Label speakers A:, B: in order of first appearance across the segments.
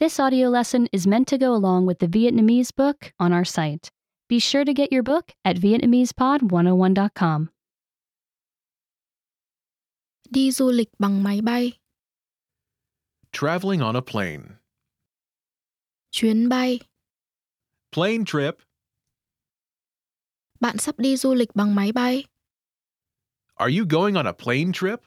A: This audio lesson is meant to go along with the Vietnamese book on our site. Be sure to get your book at VietnamesePod101.com.
B: Đi du lịch bằng máy bay,
C: Traveling on a plane.
B: chuyến bay,
C: Plane trip.
B: bạn sắp đi du lịch bằng máy bay.
C: Are you going on a plane trip?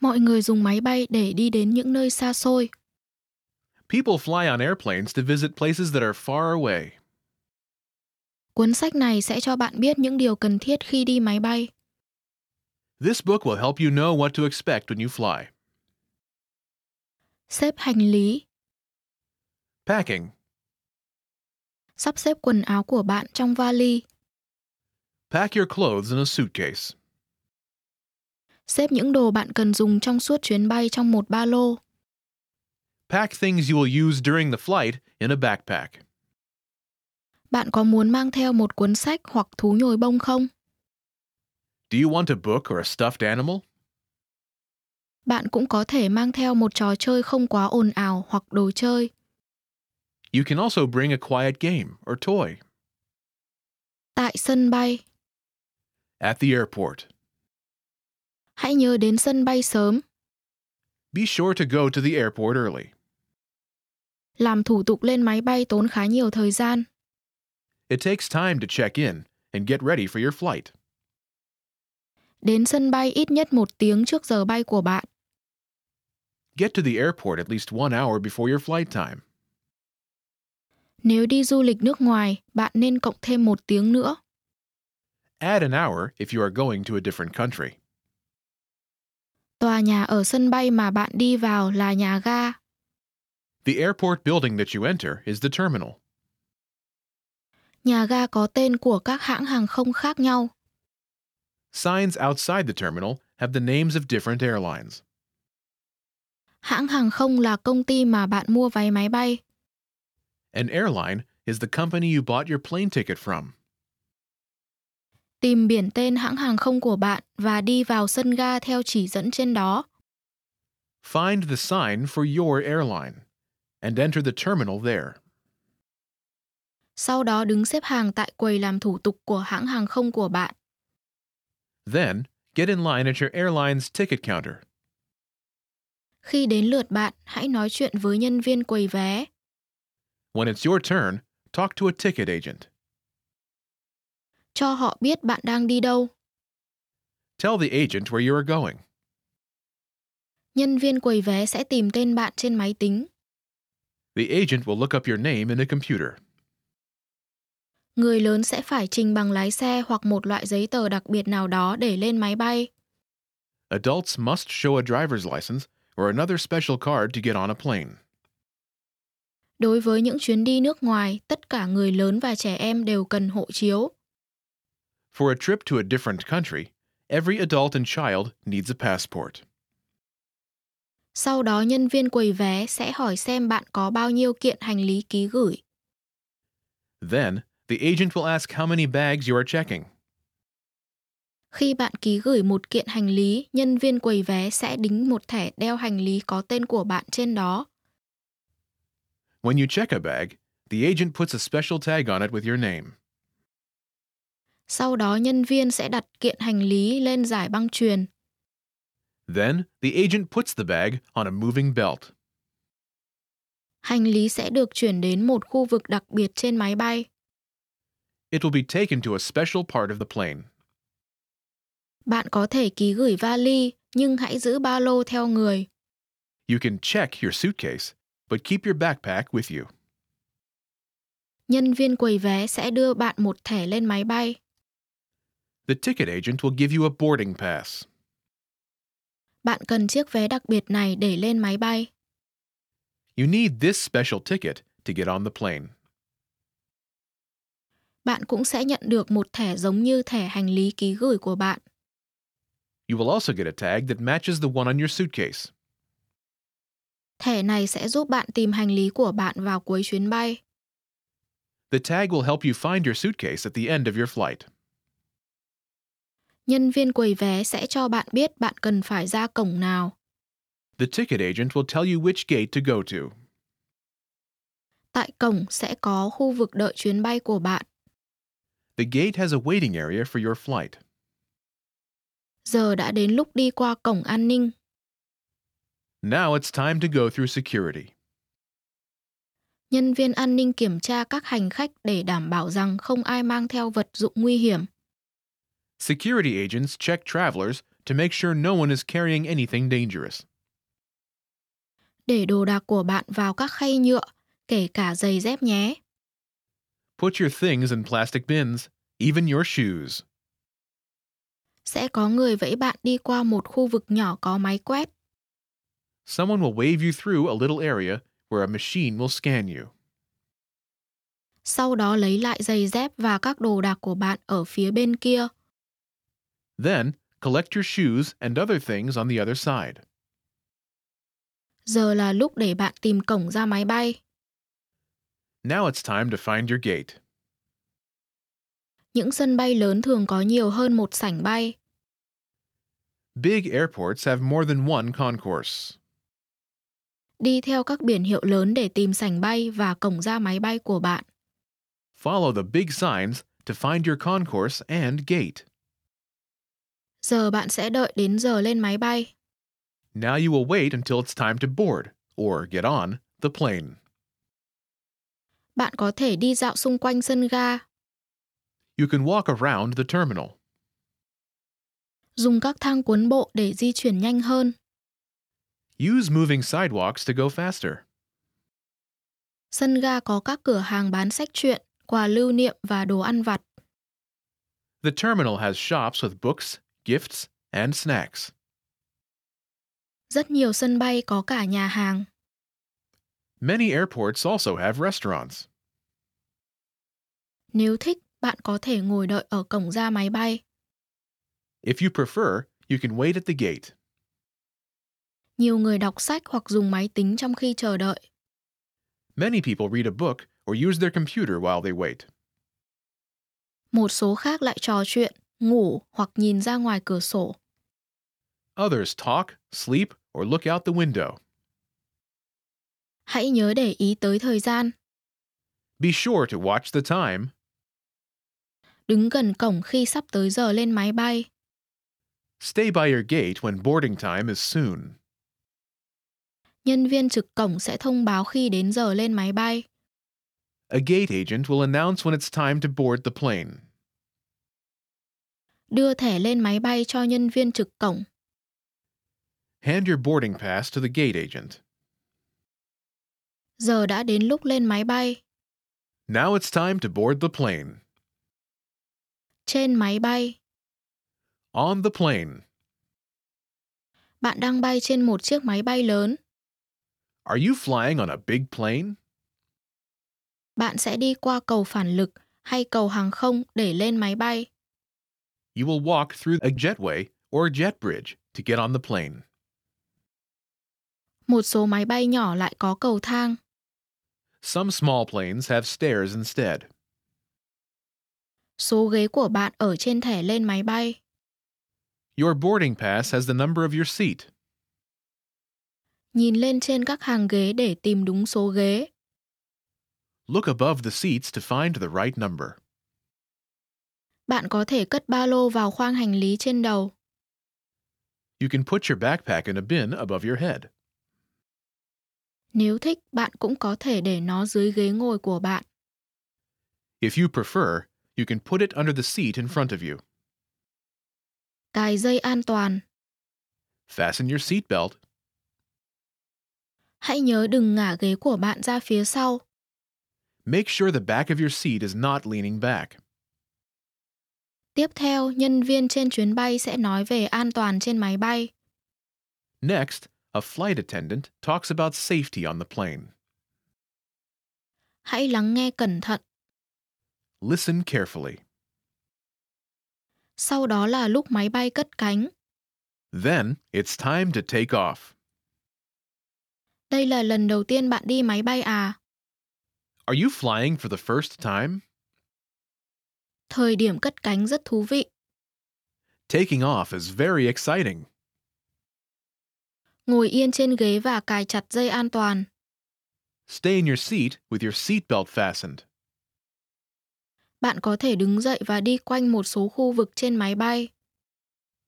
B: Mọi người dùng máy bay để đi đến những nơi xa xôi.
C: People fly on airplanes to visit places that are far away.
B: Cuốn sách này sẽ cho bạn biết những điều cần thiết khi đi máy bay.
C: This book will help you know what to expect when you fly.
B: Xếp hành lý,
C: Packing.
B: sắp xếp quần áo của bạn trong vali,
C: Pack your clothes in a suitcase.
B: xếp những đồ bạn cần dùng trong suốt chuyến bay trong một ba lô,
C: Pack things you will use during the flight in a backpack.
B: Bạn có muốn mang theo một cuốn sách hoặc thú nhồi bông không?
C: Do you want a book or a stuffed animal?
B: Bạn cũng có thể mang theo một trò chơi không quá ồn ào hoặc đồ chơi.
C: You can also bring a quiet game or toy.
B: Tại sân bay,
C: At the airport.
B: hãy nhớ đến sân bay sớm,
C: Be sure to go to the airport early.
B: làm thủ tục lên máy bay tốn khá nhiều thời gian.
C: It takes time to check in and get ready for your flight.
B: Đến sân bay ít nhất một tiếng trước giờ bay của bạn.
C: Get to the airport at least one hour before your flight time.
B: Nếu đi du lịch nước ngoài, bạn nên cộng thêm một tiếng nữa.
C: Add an hour if you are going to a different country.
B: Tòa nhà ở sân bay mà bạn đi vào là nhà ga.
C: The airport building that you enter is the terminal.
B: Nhà ga có tên của các hãng hàng không khác nhau.
C: Signs outside the terminal have the names of different airlines.
B: Hãng hàng không là công ty mà bạn mua vé máy bay.
C: An airline is the company you bought your plane ticket from.
B: Tìm biển tên hãng hàng không của bạn và đi vào sân ga theo chỉ dẫn trên đó.
C: Find the sign for your airline and enter the terminal there.
B: Sau đó đứng xếp hàng tại quầy làm thủ tục của hãng hàng không của bạn.
C: Then, get in line at your airline's ticket counter.
B: Khi đến lượt bạn, hãy nói chuyện với nhân viên quầy vé.
C: When it's your turn, talk to a ticket agent.
B: Cho họ biết bạn đang đi đâu.
C: Tell the agent where you are going.
B: Nhân viên quầy vé sẽ tìm tên bạn trên máy tính.
C: The agent will look up your name in a computer.
B: Người lớn sẽ phải trình bằng lái xe hoặc một loại giấy tờ đặc biệt nào đó để lên máy bay.
C: Adults must show a driver's license or another special card to get on a plane.
B: Đối với những chuyến đi nước ngoài, tất cả người lớn và trẻ em đều cần hộ chiếu.
C: For a trip to a different country, every adult and child needs a passport.
B: Sau đó nhân viên quầy vé sẽ hỏi xem bạn có bao nhiêu kiện hành lý ký gửi.
C: Then, the agent will ask how many bags you are checking.
B: Khi bạn ký gửi một kiện hành lý, nhân viên quầy vé sẽ đính một thẻ đeo hành lý có tên của bạn trên đó.
C: When you check a bag, the agent puts a special tag on it with your name.
B: Sau đó nhân viên sẽ đặt kiện hành lý lên giải băng truyền.
C: Then, the agent puts the bag on a moving belt.
B: Hành lý sẽ được chuyển đến một khu vực đặc biệt trên máy bay.
C: It will be taken to a special part of the plane.
B: Bạn có thể ký gửi vali, nhưng hãy giữ ba lô theo người.
C: You can check your suitcase, but keep your backpack with you.
B: Nhân viên quầy vé sẽ đưa bạn một thẻ lên máy bay.
C: The ticket agent will give you a boarding pass.
B: Bạn cần chiếc vé đặc biệt này để lên máy bay.
C: You need this special ticket to get on the plane.
B: Bạn cũng sẽ nhận được một thẻ giống như thẻ hành lý ký gửi của bạn.
C: You will also get a tag that matches the one on your suitcase.
B: Thẻ này sẽ giúp bạn tìm hành lý của bạn vào cuối chuyến bay.
C: The tag will help you find your suitcase at the end of your flight.
B: Nhân viên quầy vé sẽ cho bạn biết bạn cần phải ra cổng nào.
C: The ticket agent will tell you which gate to go to.
B: Tại cổng sẽ có khu vực đợi chuyến bay của bạn.
C: The gate has a waiting area for your flight.
B: Giờ đã đến lúc đi qua cổng an ninh.
C: Now it's time to go through security.
B: Nhân viên an ninh kiểm tra các hành khách để đảm bảo rằng không ai mang theo vật dụng nguy hiểm.
C: Security agents check travelers to make sure no one is carrying anything dangerous.
B: Để đồ đạc của bạn vào các khay nhựa, kể cả giày dép nhé.
C: Put your things in plastic bins, even your shoes.
B: Sẽ có người vẫy bạn đi qua một khu vực nhỏ có máy quét.
C: Someone will wave you through a little area where a machine will scan you.
B: Sau đó lấy lại giày dép và các đồ đạc của bạn ở phía bên kia.
C: Then, collect your shoes and other things on the other side.
B: Giờ là lúc để bạn tìm cổng ra máy bay.
C: Now it's time to find your gate.
B: Những sân bay lớn thường có nhiều hơn một sảnh bay.
C: Big airports have more than one concourse.
B: Đi theo các biển hiệu lớn để tìm sảnh bay và cổng ra máy bay của bạn.
C: Follow the big signs to find your concourse and gate.
B: Giờ bạn sẽ đợi đến giờ lên máy bay.
C: Now you will wait until it's time to board, or get on, the plane.
B: Bạn có thể đi dạo xung quanh sân ga,
C: You can walk around the terminal.
B: dùng các thang cuốn bộ để di chuyển nhanh hơn.
C: Use moving sidewalks to go faster.
B: Sân ga có các cửa hàng bán sách truyện, quà lưu niệm và đồ ăn vặt.
C: The terminal has shops with books, gifts, and snacks.
B: Rất nhiều sân bay có cả nhà hàng.
C: Many airports also have restaurants.
B: Nếu thích, bạn có thể ngồi đợi ở cổng ra máy bay.
C: If you prefer, you can wait at the gate.
B: Nhiều người đọc sách hoặc dùng máy tính trong khi chờ đợi.
C: Many people read a book or use their computer while they wait.
B: Một số khác lại trò chuyện, ngủ hoặc nhìn ra ngoài cửa sổ.
C: Others talk, sleep, or look out the window.
B: Hãy nhớ để ý tới thời gian.
C: Be sure to watch the time.
B: Đứng gần cổng khi sắp tới giờ lên máy bay.
C: Stay by your gate when boarding time is soon.
B: Nhân viên trực cổng sẽ thông báo khi đến giờ lên máy bay.
C: A gate agent will announce when it's time to board the plane.
B: Đưa thẻ lên máy bay cho nhân viên trực cổng.
C: Hand your boarding pass to the gate agent.
B: Giờ đã đến lúc lên máy bay.
C: Now it's time to board the plane.
B: Trên máy bay,
C: On the plane.
B: bạn đang bay trên một chiếc máy bay lớn.
C: Are you flying on a big plane?
B: Bạn sẽ đi qua cầu phản lực hay cầu hàng không để lên máy bay.
C: You will walk through a jetway or jet bridge to get on the plane.
B: Một số máy bay nhỏ lại có cầu thang.
C: Some small planes have stairs instead.
B: Số ghế của bạn ở trên thẻ lên máy bay.
C: Your boarding pass has the number of your seat.
B: Nhìn lên trên các hàng ghế để tìm đúng số ghế.
C: Look above the seats to find the right number.
B: Bạn có thể cất ba lô vào khoang hành lý trên đầu.
C: You can put your backpack in a bin above your head.
B: Nếu thích, bạn cũng có thể để nó dưới ghế ngồi của bạn.
C: If you prefer, you can put it under the seat in front of you.
B: Cài dây an toàn.
C: Fasten your seatbelt.
B: Hãy nhớ đừng ngả ghế của bạn ra phía sau.
C: Make sure the back of your seat is not leaning back.
B: Tiếp theo, nhân viên trên chuyến bay sẽ nói về an toàn trên máy bay.
C: Next, a flight attendant talks about safety on the plane.
B: Hãy lắng nghe cẩn thận.
C: Listen carefully.
B: Sau đó là lúc máy bay cất cánh.
C: Then, it's time to take off.
B: Đây là lần đầu tiên bạn đi máy bay à?
C: Are you flying for the first time?
B: Thời điểm cất cánh rất thú vị.
C: Taking off is very exciting.
B: Ngồi yên trên ghế và cài chặt dây an toàn.
C: Stay in your seat with your seatbelt fastened.
B: Bạn có thể đứng dậy và đi quanh một số khu vực trên máy bay.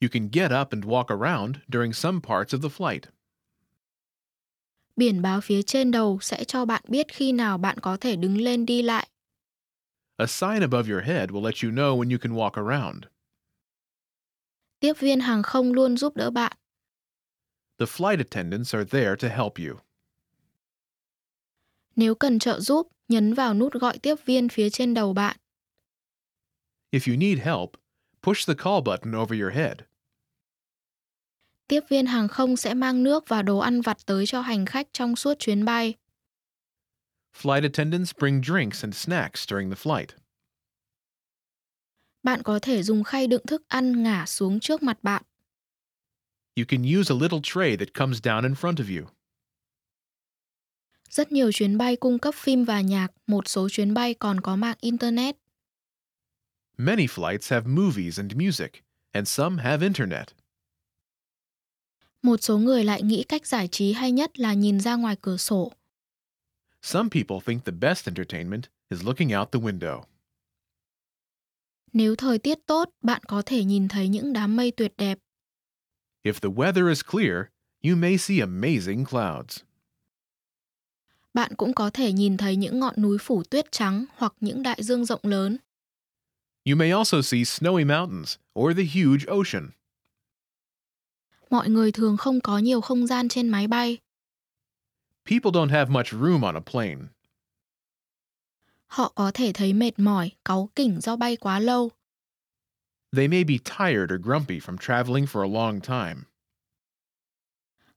C: You can get up and walk around during some parts of the flight.
B: Biển báo phía trên đầu sẽ cho bạn biết khi nào bạn có thể đứng lên đi lại.
C: A sign above your head will let you know when you can walk around.
B: Tiếp viên hàng không luôn giúp đỡ bạn.
C: The flight attendants are there to help you.
B: Nếu cần trợ giúp, nhấn vào nút gọi tiếp viên phía trên đầu bạn.
C: If you need help, push the call button over your head.
B: Tiếp viên hàng không sẽ mang nước và đồ ăn vặt tới cho hành khách trong suốt chuyến bay.
C: Flight attendants bring drinks and snacks during the flight.
B: Bạn có thể dùng khay đựng thức ăn ngả xuống trước mặt bạn.
C: You can use a little tray that comes down in front of you.
B: Rất nhiều chuyến bay cung cấp phim và nhạc, một số chuyến bay còn có mạng internet.
C: Many flights have movies and music, and some have internet.
B: Một số người lại nghĩ cách giải trí hay nhất là nhìn ra ngoài cửa sổ.
C: Some people think the best entertainment is looking out the window.
B: Nếu thời tiết tốt, bạn có thể nhìn thấy những đám mây tuyệt đẹp.
C: If the weather is clear, you may see amazing clouds.
B: Bạn cũng có thể nhìn thấy những ngọn núi phủ tuyết trắng hoặc những đại dương rộng lớn.
C: You may also see snowy mountains or the huge ocean.
B: Mọi người thường không có nhiều không gian trên máy bay.
C: People don't have much room on a plane.
B: Họ có thể thấy mệt mỏi, cáu kỉnh do bay quá lâu.
C: They may be tired or grumpy from traveling for a long time.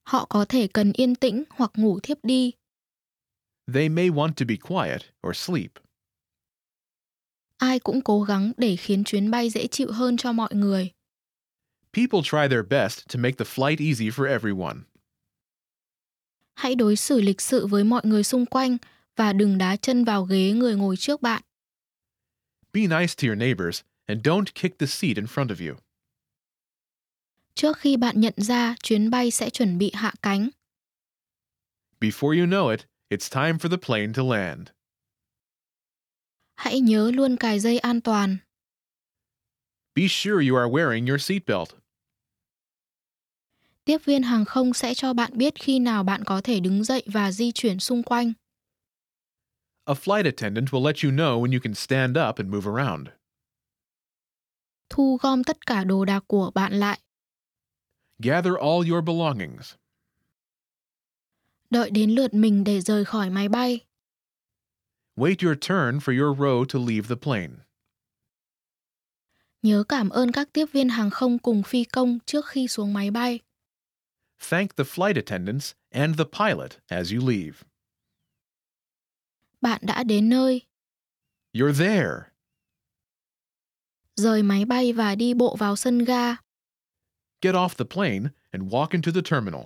B: Họ có thể cần yên tĩnh hoặc ngủ thiếp đi.
C: They may want to be quiet or sleep.
B: Ai cũng cố gắng để khiến chuyến bay dễ chịu hơn cho mọi người.
C: People try their best to make the flight easy for everyone.
B: Hãy đối xử lịch sự với mọi người xung quanh và đừng đá chân vào ghế người ngồi trước bạn.
C: Be nice to your neighbors and don't kick the seat in front of you.
B: Trước khi bạn nhận ra, chuyến bay sẽ chuẩn bị hạ cánh.
C: Before you know it, it's time for the plane to land.
B: Hãy nhớ luôn cài dây an toàn.
C: Be sure you are wearing your seatbelt.
B: Tiếp viên hàng không sẽ cho bạn biết khi nào bạn có thể đứng dậy và di chuyển xung quanh.
C: A flight attendant will let you know when you can stand up and move around.
B: Thu gom tất cả đồ đạc của bạn lại.
C: Gather all your belongings.
B: Đợi đến lượt mình để rời khỏi máy bay.
C: Wait your turn for your row to leave the plane.
B: Nhớ cảm ơn các tiếp viên hàng không cùng phi công trước khi xuống máy bay.
C: Thank the flight attendants and the pilot as you leave.
B: Bạn đã đến nơi,
C: You're there.
B: rời máy bay và đi bộ vào sân ga.
C: Get off the plane and walk into the terminal.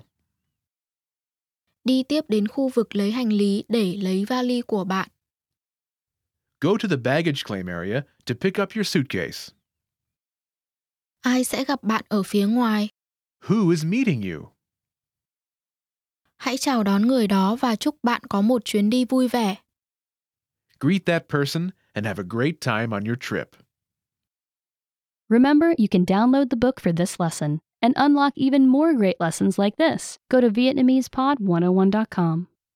B: Đi tiếp đến khu vực lấy hành lý để lấy vali của bạn.
C: Go to the baggage claim area to pick up your suitcase.
B: Ai sẽ gặp bạn ở phía ngoài?
C: Who is meeting you?
B: Hãy chào đón người đó và chúc bạn có một chuyến đi vui vẻ.
C: Greet that person and have a great time on your trip.
A: Remember, you can download the book for this oh lesson and unlock even more great lessons like this. Go to VietnamesePod101.com.